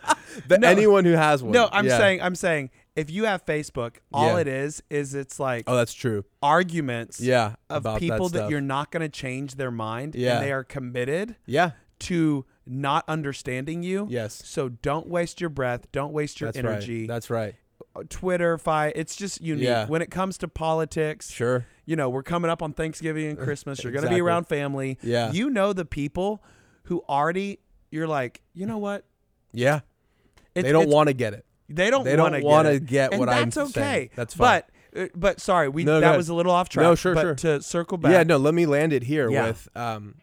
[SPEAKER 2] The-
[SPEAKER 1] No.
[SPEAKER 2] anyone who has one.
[SPEAKER 1] No, I'm
[SPEAKER 2] Yeah.
[SPEAKER 1] saying, I'm saying, if you have Facebook, all
[SPEAKER 2] Yeah.
[SPEAKER 1] it is is it's like
[SPEAKER 2] Oh, that's true.
[SPEAKER 1] arguments
[SPEAKER 2] Yeah,
[SPEAKER 1] of
[SPEAKER 2] about
[SPEAKER 1] people that,
[SPEAKER 2] stuff.
[SPEAKER 1] you're not going to change their mind,
[SPEAKER 2] Yeah.
[SPEAKER 1] and they are committed
[SPEAKER 2] Yeah,
[SPEAKER 1] to not understanding you.
[SPEAKER 2] yes,
[SPEAKER 1] So don't waste your breath. Don't waste your
[SPEAKER 2] that's
[SPEAKER 1] energy.
[SPEAKER 2] right. That's right.
[SPEAKER 1] Twitter, fi it's just unique.
[SPEAKER 2] Yeah.
[SPEAKER 1] When it comes to politics,
[SPEAKER 2] Sure.
[SPEAKER 1] you know, we're coming up on Thanksgiving and Christmas. You're going to
[SPEAKER 2] Uh, Exactly.
[SPEAKER 1] be around family.
[SPEAKER 2] Yeah.
[SPEAKER 1] You know the people who already you're like, you know what?
[SPEAKER 2] Yeah,
[SPEAKER 1] It's,
[SPEAKER 2] they don't
[SPEAKER 1] it's-
[SPEAKER 2] want to get it.
[SPEAKER 1] They don't.
[SPEAKER 2] They don't
[SPEAKER 1] want
[SPEAKER 2] wanna
[SPEAKER 1] to
[SPEAKER 2] get
[SPEAKER 1] and
[SPEAKER 2] what I'm
[SPEAKER 1] that's okay.
[SPEAKER 2] saying. That's fine.
[SPEAKER 1] But uh, but sorry, we
[SPEAKER 2] No, go
[SPEAKER 1] that
[SPEAKER 2] ahead.
[SPEAKER 1] was a little off track.
[SPEAKER 2] No, sure,
[SPEAKER 1] but
[SPEAKER 2] sure.
[SPEAKER 1] To circle back.
[SPEAKER 2] Yeah, no, let me land it here
[SPEAKER 1] Yeah.
[SPEAKER 2] with um,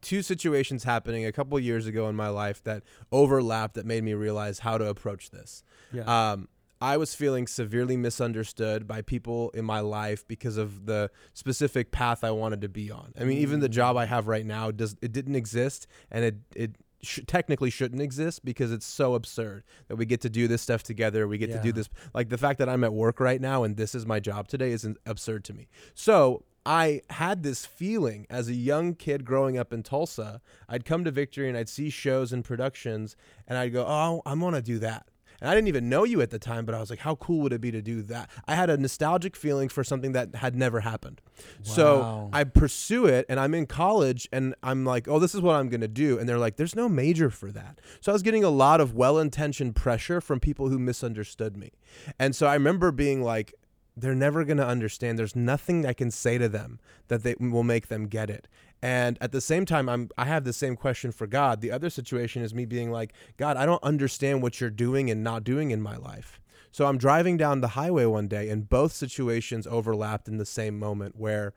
[SPEAKER 2] two situations happening a couple years ago in my life that overlapped that made me realize how to approach this.
[SPEAKER 1] Yeah.
[SPEAKER 2] Um, I was feeling severely misunderstood by people in my life because of the specific path I wanted to be on. I mean, even the job I have right now does it didn't exist, and it it sh- technically shouldn't exist because it's so absurd that we get to do this stuff together. We get to do
[SPEAKER 1] Yeah.
[SPEAKER 2] this like the fact that I'm at work right now and this is my job today is absurd to me. So I had this feeling as a young kid growing up in Tulsa. I'd come to Victory and I'd see shows and productions, and I'd go, "Oh, I'm gonna do that." And I didn't even know you at the time, but I was like, "How cool would it be to do that?" I had a nostalgic feeling for something that had never happened. So
[SPEAKER 1] Wow.
[SPEAKER 2] I pursue it and I'm in college and I'm like, oh, this is what I'm going to do. And they're like, there's no major for that. So I was getting a lot of well intentioned pressure from people who misunderstood me. And so I remember being like, they're never going to understand. There's nothing I can say to them that they will make them get it. And at the same time, I'm I have the same question for God. The other situation is me being like, God, I don't understand what you're doing and not doing in my life. So I'm driving down the highway one day, and both situations overlapped in the same moment where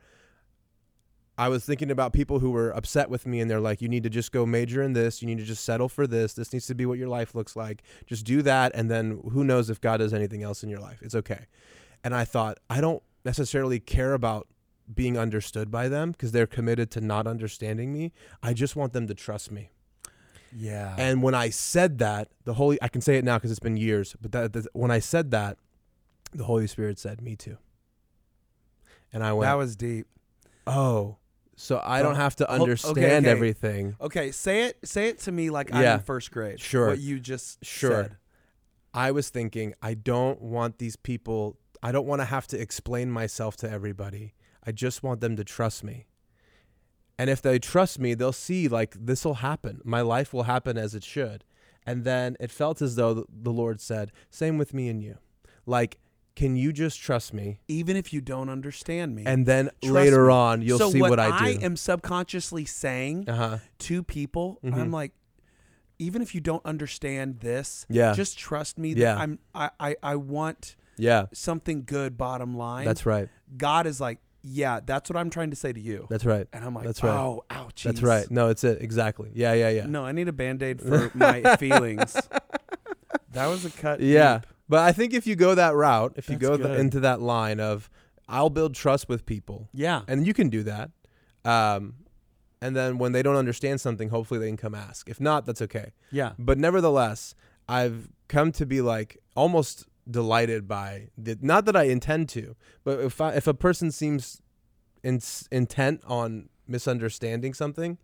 [SPEAKER 2] I was thinking about people who were upset with me, and they're like, you need to just go major in this. You need to just settle for this. This needs to be what your life looks like. Just do that. And then who knows if God does anything else in your life? It's okay. And I thought, I don't necessarily care about being understood by them because they're committed to not understanding me. I just want them to trust me.
[SPEAKER 1] Yeah.
[SPEAKER 2] And when I said that, the Holy, I can say it now because it's been years, but that, that- when I said that, the Holy Spirit said, Me too. And I went,
[SPEAKER 1] that was deep.
[SPEAKER 2] Oh, so I don't
[SPEAKER 1] Oh,
[SPEAKER 2] have to
[SPEAKER 1] oh, okay,
[SPEAKER 2] understand
[SPEAKER 1] okay.
[SPEAKER 2] everything.
[SPEAKER 1] Okay, say it. Say it to me like I'm
[SPEAKER 2] Yeah.
[SPEAKER 1] in first grade.
[SPEAKER 2] Sure.
[SPEAKER 1] What you just
[SPEAKER 2] Sure.
[SPEAKER 1] said.
[SPEAKER 2] I was thinking, I don't want these people, I don't want to have to explain myself to everybody. I just want them to trust me. And if they trust me, they'll see, like, this will happen. My life will happen as it should. And then it felt as though th- the Lord said, Same with me and you. Like, can you just trust me?
[SPEAKER 1] Even if you don't understand me.
[SPEAKER 2] And then
[SPEAKER 1] Trust
[SPEAKER 2] later
[SPEAKER 1] me.
[SPEAKER 2] on, you'll
[SPEAKER 1] so
[SPEAKER 2] see
[SPEAKER 1] what,
[SPEAKER 2] what, I do.
[SPEAKER 1] am subconsciously saying
[SPEAKER 2] uh huh.
[SPEAKER 1] to people,
[SPEAKER 2] Mhm.
[SPEAKER 1] I'm like, even if you don't understand this,
[SPEAKER 2] Yeah.
[SPEAKER 1] just trust me. That
[SPEAKER 2] Yeah.
[SPEAKER 1] I'm. I, I. I want
[SPEAKER 2] yeah.
[SPEAKER 1] something good. Bottom line.
[SPEAKER 2] That's right.
[SPEAKER 1] God is like, yeah. That's what I'm trying to say to you.
[SPEAKER 2] That's right.
[SPEAKER 1] and I'm like,
[SPEAKER 2] That's right.
[SPEAKER 1] oh, ouch.
[SPEAKER 2] That's right. No, it's it. Exactly. Yeah, yeah, yeah.
[SPEAKER 1] No, I need a band
[SPEAKER 2] (laughs)
[SPEAKER 1] aid for my feelings. That was a cut.
[SPEAKER 2] Yeah,
[SPEAKER 1] deep.
[SPEAKER 2] but I think if you go that route, if you
[SPEAKER 1] That's
[SPEAKER 2] go th-
[SPEAKER 1] good.
[SPEAKER 2] into that line of I'll build trust with people,
[SPEAKER 1] Yeah.
[SPEAKER 2] and you can do that. Um, and then when they don't understand something, hopefully they can come ask. If not, that's okay.
[SPEAKER 1] Yeah.
[SPEAKER 2] But nevertheless, I've come to be like almost delighted by the, not that I intend to, but if I, if a person seems in, intent on misunderstanding something,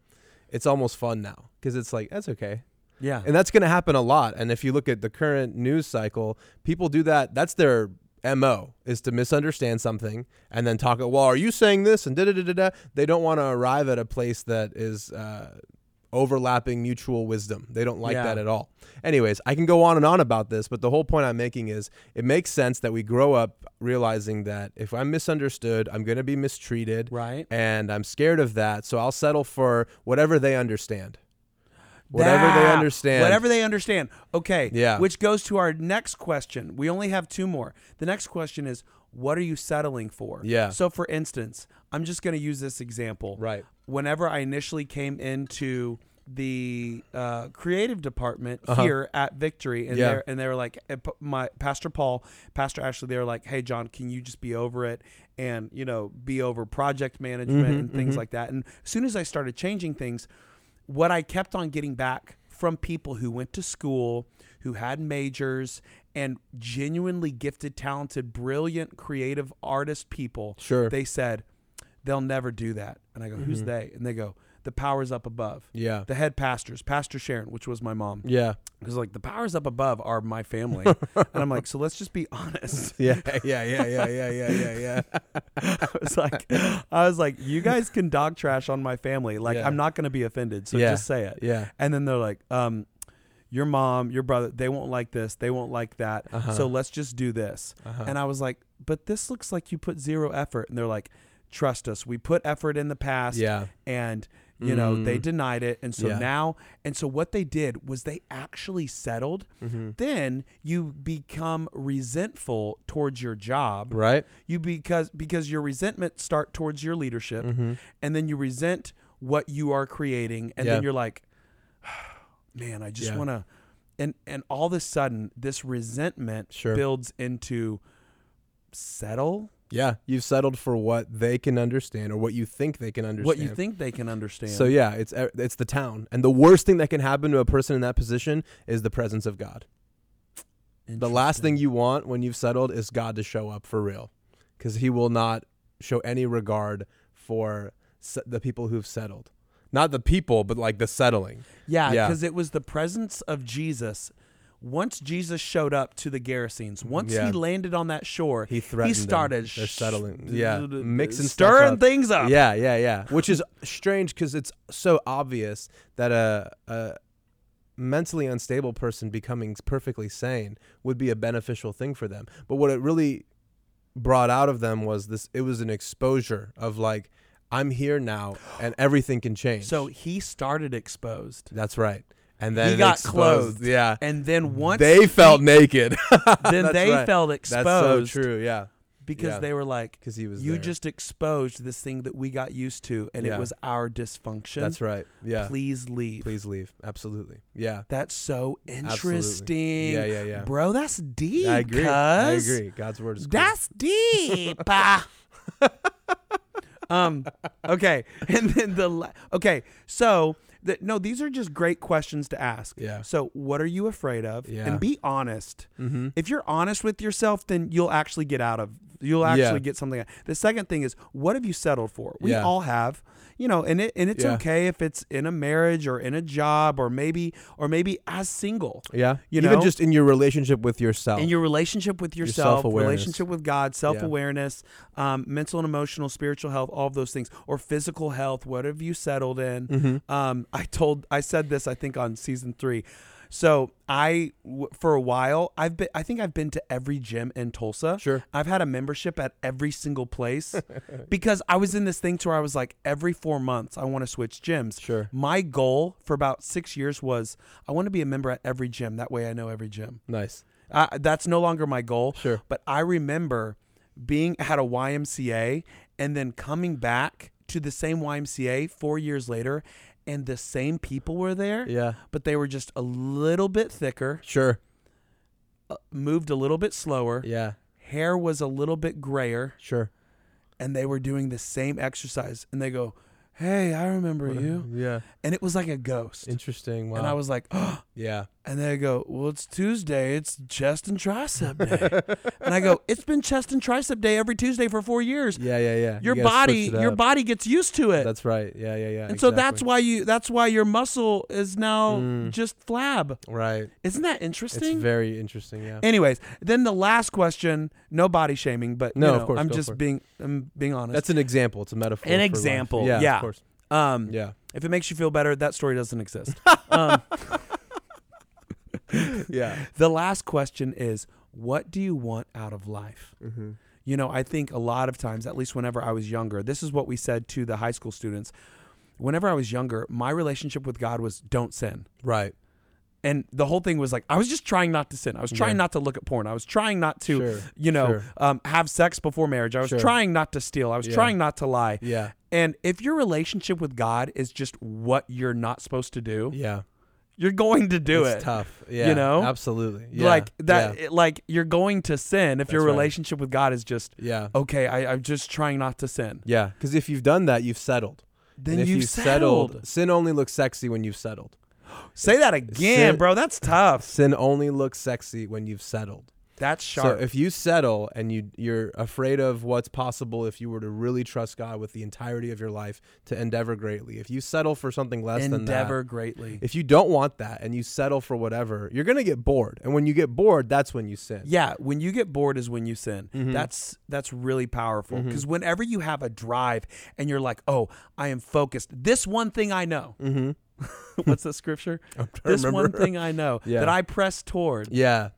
[SPEAKER 2] it's almost fun now because it's like that's okay.
[SPEAKER 1] Yeah.
[SPEAKER 2] And that's going to happen a lot. And if you look at the current news cycle, people do that. That's their MO is to misunderstand something and then talk, well, are you saying this? And da da da da da. They don't want to arrive at a place that is uh, overlapping mutual wisdom. They don't like
[SPEAKER 1] Yeah.
[SPEAKER 2] that at all. Anyways, I can go on and on about this, but the whole point I'm making is it makes sense that we grow up realizing that if I'm misunderstood, I'm going to be mistreated.
[SPEAKER 1] right.
[SPEAKER 2] And I'm scared of that. So I'll settle for whatever they understand. Whatever they
[SPEAKER 1] Yeah.
[SPEAKER 2] understand.
[SPEAKER 1] Whatever they understand. Okay.
[SPEAKER 2] Yeah.
[SPEAKER 1] Which goes to our next question. We only have two more. The next question is what are you settling for?
[SPEAKER 2] Yeah.
[SPEAKER 1] So, for instance, I'm just going to use this example.
[SPEAKER 2] Right.
[SPEAKER 1] Whenever I initially came into the uh, creative department here at Victory, and
[SPEAKER 2] Uh-huh. Yeah.
[SPEAKER 1] they're and they were like, and p- my Pastor Paul, Pastor Ashley, they were like, hey John, can you just be over it and you know be over project management
[SPEAKER 2] Mm-hmm,
[SPEAKER 1] and things like that. And as soon as I started changing things, what I kept on getting back from people who went to school, who had majors, and genuinely gifted, talented, brilliant, creative artist people,
[SPEAKER 2] Sure. Mm-hmm.
[SPEAKER 1] they said, they'll never do that. And I go, who's they? And they go, the powers up above.
[SPEAKER 2] yeah.
[SPEAKER 1] The head pastors, Pastor Sharon, which was my mom, (laughs)
[SPEAKER 2] yeah.
[SPEAKER 1] because like the powers up above are my
[SPEAKER 2] (laughs)
[SPEAKER 1] family, and I'm like, so let's just be (laughs) honest.
[SPEAKER 2] Yeah. (laughs) Yeah. Yeah. Yeah. Yeah. Yeah. Yeah. Yeah.
[SPEAKER 1] I was like, I was like, you guys can dog trash on my family, like
[SPEAKER 2] Yeah.
[SPEAKER 1] I'm not going to be offended, so
[SPEAKER 2] Yeah.
[SPEAKER 1] just say it.
[SPEAKER 2] Yeah.
[SPEAKER 1] And then they're like, um, your mom, your brother, they won't like this, they won't like that.
[SPEAKER 2] Uh-huh.
[SPEAKER 1] So let's just do this.
[SPEAKER 2] Uh-huh.
[SPEAKER 1] And I was like, but this looks like you put zero effort. And they're like, trust us, we put effort in the past.
[SPEAKER 2] Yeah.
[SPEAKER 1] And you know, they
[SPEAKER 2] Mm.
[SPEAKER 1] denied it. And so
[SPEAKER 2] Yeah.
[SPEAKER 1] now and so what they did was they actually settled.
[SPEAKER 2] Mm-hmm.
[SPEAKER 1] Then you become resentful towards your job
[SPEAKER 2] Right.
[SPEAKER 1] you because because your resentment start towards your leadership
[SPEAKER 2] Mm-hmm.
[SPEAKER 1] and then you resent what you are creating and then
[SPEAKER 2] Yeah.
[SPEAKER 1] you're like (sighs) man i just
[SPEAKER 2] Yeah.
[SPEAKER 1] want to and and all of a sudden this resentment
[SPEAKER 2] Sure.
[SPEAKER 1] builds into settle
[SPEAKER 2] Yeah. You've settled for what they can understand or what you think they can understand.
[SPEAKER 1] what you think they can understand
[SPEAKER 2] So yeah, it's e- it's the town, and the worst thing that can happen to a person in that position is the presence of God. The last thing
[SPEAKER 1] Interesting.
[SPEAKER 2] you want when you've settled is God to show up for real, because He will not show any regard for se- the people who've settled. Not the people, but like the settling.
[SPEAKER 1] yeah
[SPEAKER 2] Yeah.
[SPEAKER 1] because it was the presence of jesus once jesus showed up to the gerasenes once
[SPEAKER 2] Yeah.
[SPEAKER 1] he landed on that shore
[SPEAKER 2] He threatened. them.
[SPEAKER 1] started
[SPEAKER 2] They're
[SPEAKER 1] sh-
[SPEAKER 2] settling. Yeah, mixing stuff
[SPEAKER 1] stirring
[SPEAKER 2] up.
[SPEAKER 1] things up
[SPEAKER 2] Yeah, yeah, yeah. Which is strange because it's so obvious that a, a mentally unstable person becoming perfectly sane would be a beneficial thing for them. But what it really brought out of them was this it was an exposure of like, I'm here now
[SPEAKER 1] (gasps)
[SPEAKER 2] and everything can change.
[SPEAKER 1] So he started exposed,
[SPEAKER 2] that's right. And then
[SPEAKER 1] He
[SPEAKER 2] it
[SPEAKER 1] got
[SPEAKER 2] exposed-
[SPEAKER 1] clothed.
[SPEAKER 2] Yeah.
[SPEAKER 1] and then once
[SPEAKER 2] they (laughs)
[SPEAKER 1] he-
[SPEAKER 2] felt naked.
[SPEAKER 1] (laughs) then
[SPEAKER 2] That's
[SPEAKER 1] they
[SPEAKER 2] right.
[SPEAKER 1] felt
[SPEAKER 2] That's
[SPEAKER 1] exposed
[SPEAKER 2] so true. Yeah.
[SPEAKER 1] because
[SPEAKER 2] Yeah.
[SPEAKER 1] they were like,
[SPEAKER 2] Because he was
[SPEAKER 1] "You
[SPEAKER 2] there.
[SPEAKER 1] just exposed this thing that we got used to, and
[SPEAKER 2] Yeah.
[SPEAKER 1] it was our dysfunction.
[SPEAKER 2] That's right. Yeah.
[SPEAKER 1] Please leave."
[SPEAKER 2] Please leave. Absolutely. Yeah.
[SPEAKER 1] That's so interesting,
[SPEAKER 2] Yeah, yeah, yeah.
[SPEAKER 1] bro. That's deep.
[SPEAKER 2] I agree. I
[SPEAKER 1] cuz.
[SPEAKER 2] agree. God's word is cool.
[SPEAKER 1] That's deep. ah.
[SPEAKER 2] (laughs)
[SPEAKER 1] (laughs) um. Okay, and then the la- okay. So the, no, these are just great questions to ask.
[SPEAKER 2] Yeah.
[SPEAKER 1] So what are you afraid of?
[SPEAKER 2] Yeah.
[SPEAKER 1] And be honest.
[SPEAKER 2] Mm-hmm.
[SPEAKER 1] If you're honest with yourself, then you'll actually get out of You'll actually
[SPEAKER 2] Yeah.
[SPEAKER 1] get something. The second thing is, what have you settled for? We
[SPEAKER 2] Yeah.
[SPEAKER 1] all have, you know, and it and it's
[SPEAKER 2] Yeah.
[SPEAKER 1] okay if it's in a marriage or in a job or maybe or maybe as single.
[SPEAKER 2] Yeah.
[SPEAKER 1] You
[SPEAKER 2] Even
[SPEAKER 1] know?
[SPEAKER 2] just in your relationship with yourself.
[SPEAKER 1] In your relationship with yourself,
[SPEAKER 2] Oh. self-awareness.
[SPEAKER 1] relationship with God, self awareness, um, mental and emotional, spiritual health, all of those things, or physical health. What have you settled in?
[SPEAKER 2] Mm-hmm.
[SPEAKER 1] Um, I told, I said this, I think on season three. So I, w- for a while, I've been, I think I've been to every gym in Tulsa.
[SPEAKER 2] Sure.
[SPEAKER 1] I've had a membership at every single
[SPEAKER 2] (laughs)
[SPEAKER 1] place because I was in this thing to where I was like, every four months, I want to switch gyms.
[SPEAKER 2] Sure.
[SPEAKER 1] My goal for about six years was I want to be a member at every gym. That way I know every gym.
[SPEAKER 2] nice.
[SPEAKER 1] Uh, that's no longer my goal.
[SPEAKER 2] Sure.
[SPEAKER 1] But I remember being at a YMCA and then coming back to the same YMCA four years later, and the same people were there,
[SPEAKER 2] Yeah.
[SPEAKER 1] but they were just a little bit thicker,
[SPEAKER 2] Sure.
[SPEAKER 1] uh, moved a little bit slower,
[SPEAKER 2] Yeah.
[SPEAKER 1] hair was a little bit grayer,
[SPEAKER 2] Sure.
[SPEAKER 1] and they were doing the same exercise. And they go, Hey, I remember you.
[SPEAKER 2] Yeah.
[SPEAKER 1] And it was like a ghost.
[SPEAKER 2] Interesting. Wow.
[SPEAKER 1] And I was like, (gasps) Oh,
[SPEAKER 2] yeah.
[SPEAKER 1] And they go, Well, it's Tuesday. It's chest and tricep
[SPEAKER 2] (laughs)
[SPEAKER 1] day. and I go, It's been chest and tricep day every Tuesday for four years.
[SPEAKER 2] Yeah. Yeah. Yeah.
[SPEAKER 1] Your
[SPEAKER 2] You gotta
[SPEAKER 1] body,
[SPEAKER 2] switch it
[SPEAKER 1] your
[SPEAKER 2] up.
[SPEAKER 1] body gets used to it.
[SPEAKER 2] That's right. Yeah. Yeah. Yeah.
[SPEAKER 1] and so that's why you that's why your muscle is now just flab.
[SPEAKER 2] Right.
[SPEAKER 1] Isn't that
[SPEAKER 2] Mm. It's
[SPEAKER 1] interesting?
[SPEAKER 2] very interesting. Yeah.
[SPEAKER 1] Anyways, then the last question, no body shaming, but
[SPEAKER 2] No,
[SPEAKER 1] you
[SPEAKER 2] of
[SPEAKER 1] know,
[SPEAKER 2] course,
[SPEAKER 1] I'm
[SPEAKER 2] go for
[SPEAKER 1] just
[SPEAKER 2] it.
[SPEAKER 1] being I'm being honest.
[SPEAKER 2] That's an example. It's a metaphor.
[SPEAKER 1] An
[SPEAKER 2] for life.
[SPEAKER 1] example,
[SPEAKER 2] Yeah.
[SPEAKER 1] yeah.
[SPEAKER 2] Of course.
[SPEAKER 1] um
[SPEAKER 2] Yeah.
[SPEAKER 1] if it makes you feel better, that story doesn't
[SPEAKER 2] (laughs)
[SPEAKER 1] exist. um,
[SPEAKER 2] Yeah.
[SPEAKER 1] the last question is what do you want out of life?
[SPEAKER 2] mm-hmm.
[SPEAKER 1] You know, I think a lot of times, at least whenever I was younger, this is what we said to the high school students. Whenever I was younger, my relationship with God was don't sin.
[SPEAKER 2] Right.
[SPEAKER 1] And the whole thing was like, I was just trying not to sin. I was trying
[SPEAKER 2] Yeah.
[SPEAKER 1] not to look at porn. I was trying not to,
[SPEAKER 2] Sure.
[SPEAKER 1] you know,
[SPEAKER 2] Sure.
[SPEAKER 1] um, have sex before marriage. I was
[SPEAKER 2] Sure.
[SPEAKER 1] trying not to steal. I was
[SPEAKER 2] Yeah.
[SPEAKER 1] trying not to lie.
[SPEAKER 2] Yeah.
[SPEAKER 1] And if your relationship with God is just what you're not supposed to do,
[SPEAKER 2] Yeah.
[SPEAKER 1] you're going to do
[SPEAKER 2] it's
[SPEAKER 1] it.
[SPEAKER 2] tough. Yeah.
[SPEAKER 1] know?
[SPEAKER 2] Absolutely. Yeah.
[SPEAKER 1] Like that,
[SPEAKER 2] Yeah.
[SPEAKER 1] it- like you're going to sin if your
[SPEAKER 2] That's right.
[SPEAKER 1] relationship with God is just
[SPEAKER 2] Yeah.
[SPEAKER 1] okay. I, I'm just trying not to sin.
[SPEAKER 2] Yeah. Because if you've done that, you've settled.
[SPEAKER 1] Then
[SPEAKER 2] and if
[SPEAKER 1] you
[SPEAKER 2] you've settled, sin only looks sexy when you've settled.
[SPEAKER 1] Say that again,
[SPEAKER 2] Sit-
[SPEAKER 1] bro. That's tough.
[SPEAKER 2] Sin only looks sexy when you've settled.
[SPEAKER 1] That's sharp.
[SPEAKER 2] So if you settle and you you're afraid of what's possible if you were to really trust God with the entirety of your life to endeavor greatly. If you settle for something less than that,
[SPEAKER 1] Endeavor greatly.
[SPEAKER 2] if you don't want that and you settle for whatever, you're gonna get bored. And when you get bored, that's when you sin.
[SPEAKER 1] Yeah, when you get bored is when you sin.
[SPEAKER 2] Mm-hmm.
[SPEAKER 1] That's that's really powerful because whenever you have a drive and you're like, "Oh, I am focused. This one thing I
[SPEAKER 2] (laughs)
[SPEAKER 1] know." What's the scripture? This one
[SPEAKER 2] Mm-hmm. remember.
[SPEAKER 1] thing I know
[SPEAKER 2] Yeah.
[SPEAKER 1] that I press toward.
[SPEAKER 2] (laughs) Yeah.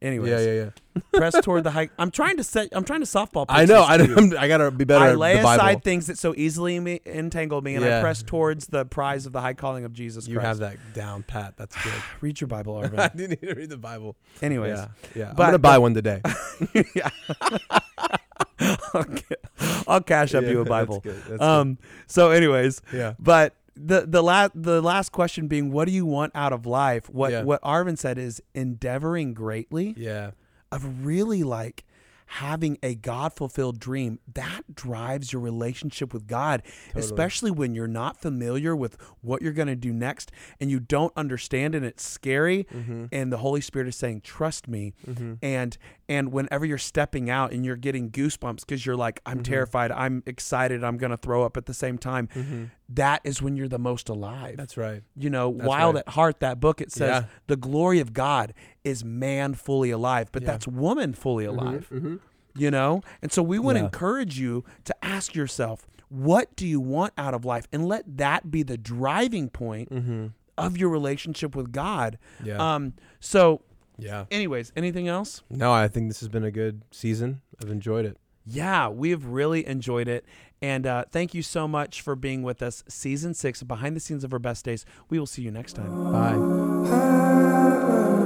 [SPEAKER 1] Anyways,
[SPEAKER 2] Yeah. (laughs) Yeah. Yeah.
[SPEAKER 1] press toward the high. I'm trying to set. I'm trying to softball.
[SPEAKER 2] I know.
[SPEAKER 1] pitches
[SPEAKER 2] I
[SPEAKER 1] to you.
[SPEAKER 2] know. I gotta be better.
[SPEAKER 1] I
[SPEAKER 2] at
[SPEAKER 1] lay
[SPEAKER 2] the Bible.
[SPEAKER 1] aside things that so easily me, entangle me, and I
[SPEAKER 2] Yeah.
[SPEAKER 1] press towards the prize of the high calling of Jesus
[SPEAKER 2] You
[SPEAKER 1] Christ.
[SPEAKER 2] have that down pat. That's
[SPEAKER 1] (laughs)
[SPEAKER 2] good.
[SPEAKER 1] Read your Bible,
[SPEAKER 2] (laughs) I
[SPEAKER 1] Arvin.
[SPEAKER 2] do need to read the Bible.
[SPEAKER 1] Anyways,
[SPEAKER 2] Yeah. Yeah.
[SPEAKER 1] But-
[SPEAKER 2] I'm gonna buy
[SPEAKER 1] (laughs)
[SPEAKER 2] one today.
[SPEAKER 1] I'll, ca- (laughs) I'll cash up
[SPEAKER 2] Yeah,
[SPEAKER 1] you a
[SPEAKER 2] (laughs) that's
[SPEAKER 1] Bible.
[SPEAKER 2] good, that's
[SPEAKER 1] um. So, anyways,
[SPEAKER 2] Yeah.
[SPEAKER 1] But the the last the last question being, what do you want out of life? What
[SPEAKER 2] Yeah.
[SPEAKER 1] what Arvin said is endeavoring greatly
[SPEAKER 2] Yeah.
[SPEAKER 1] of really like having a God fulfilled dream that drives your relationship with God, especially when you're not familiar with what you're going to do next and you don't understand and it's scary and the Holy Spirit is saying, trust me. And, and whenever you're stepping out and you're getting goosebumps because you're like, I'm terrified, I'm excited, I'm going to throw up at the same time. that is when you're the most alive
[SPEAKER 2] That's right.
[SPEAKER 1] you know, Wild
[SPEAKER 2] right.
[SPEAKER 1] at Heart, that book, it says
[SPEAKER 2] Yeah.
[SPEAKER 1] the glory of God is man fully alive, but that's woman fully alive, you know? And so we want to
[SPEAKER 2] Mm-hmm, Yeah.
[SPEAKER 1] encourage you to ask yourself, what do you want out of life? And let that be the driving point
[SPEAKER 2] Mm-hmm.
[SPEAKER 1] of your relationship with God.
[SPEAKER 2] Yeah.
[SPEAKER 1] Um, so,
[SPEAKER 2] yeah.
[SPEAKER 1] anyways, anything else?
[SPEAKER 2] No, I think this has been a good season. I've enjoyed it.
[SPEAKER 1] Yeah, we've really enjoyed it. And uh, thank you so much for being with us. Season six, Behind the Scenes of Our Best Days. We will see you next time.
[SPEAKER 2] Bye.
[SPEAKER 3] I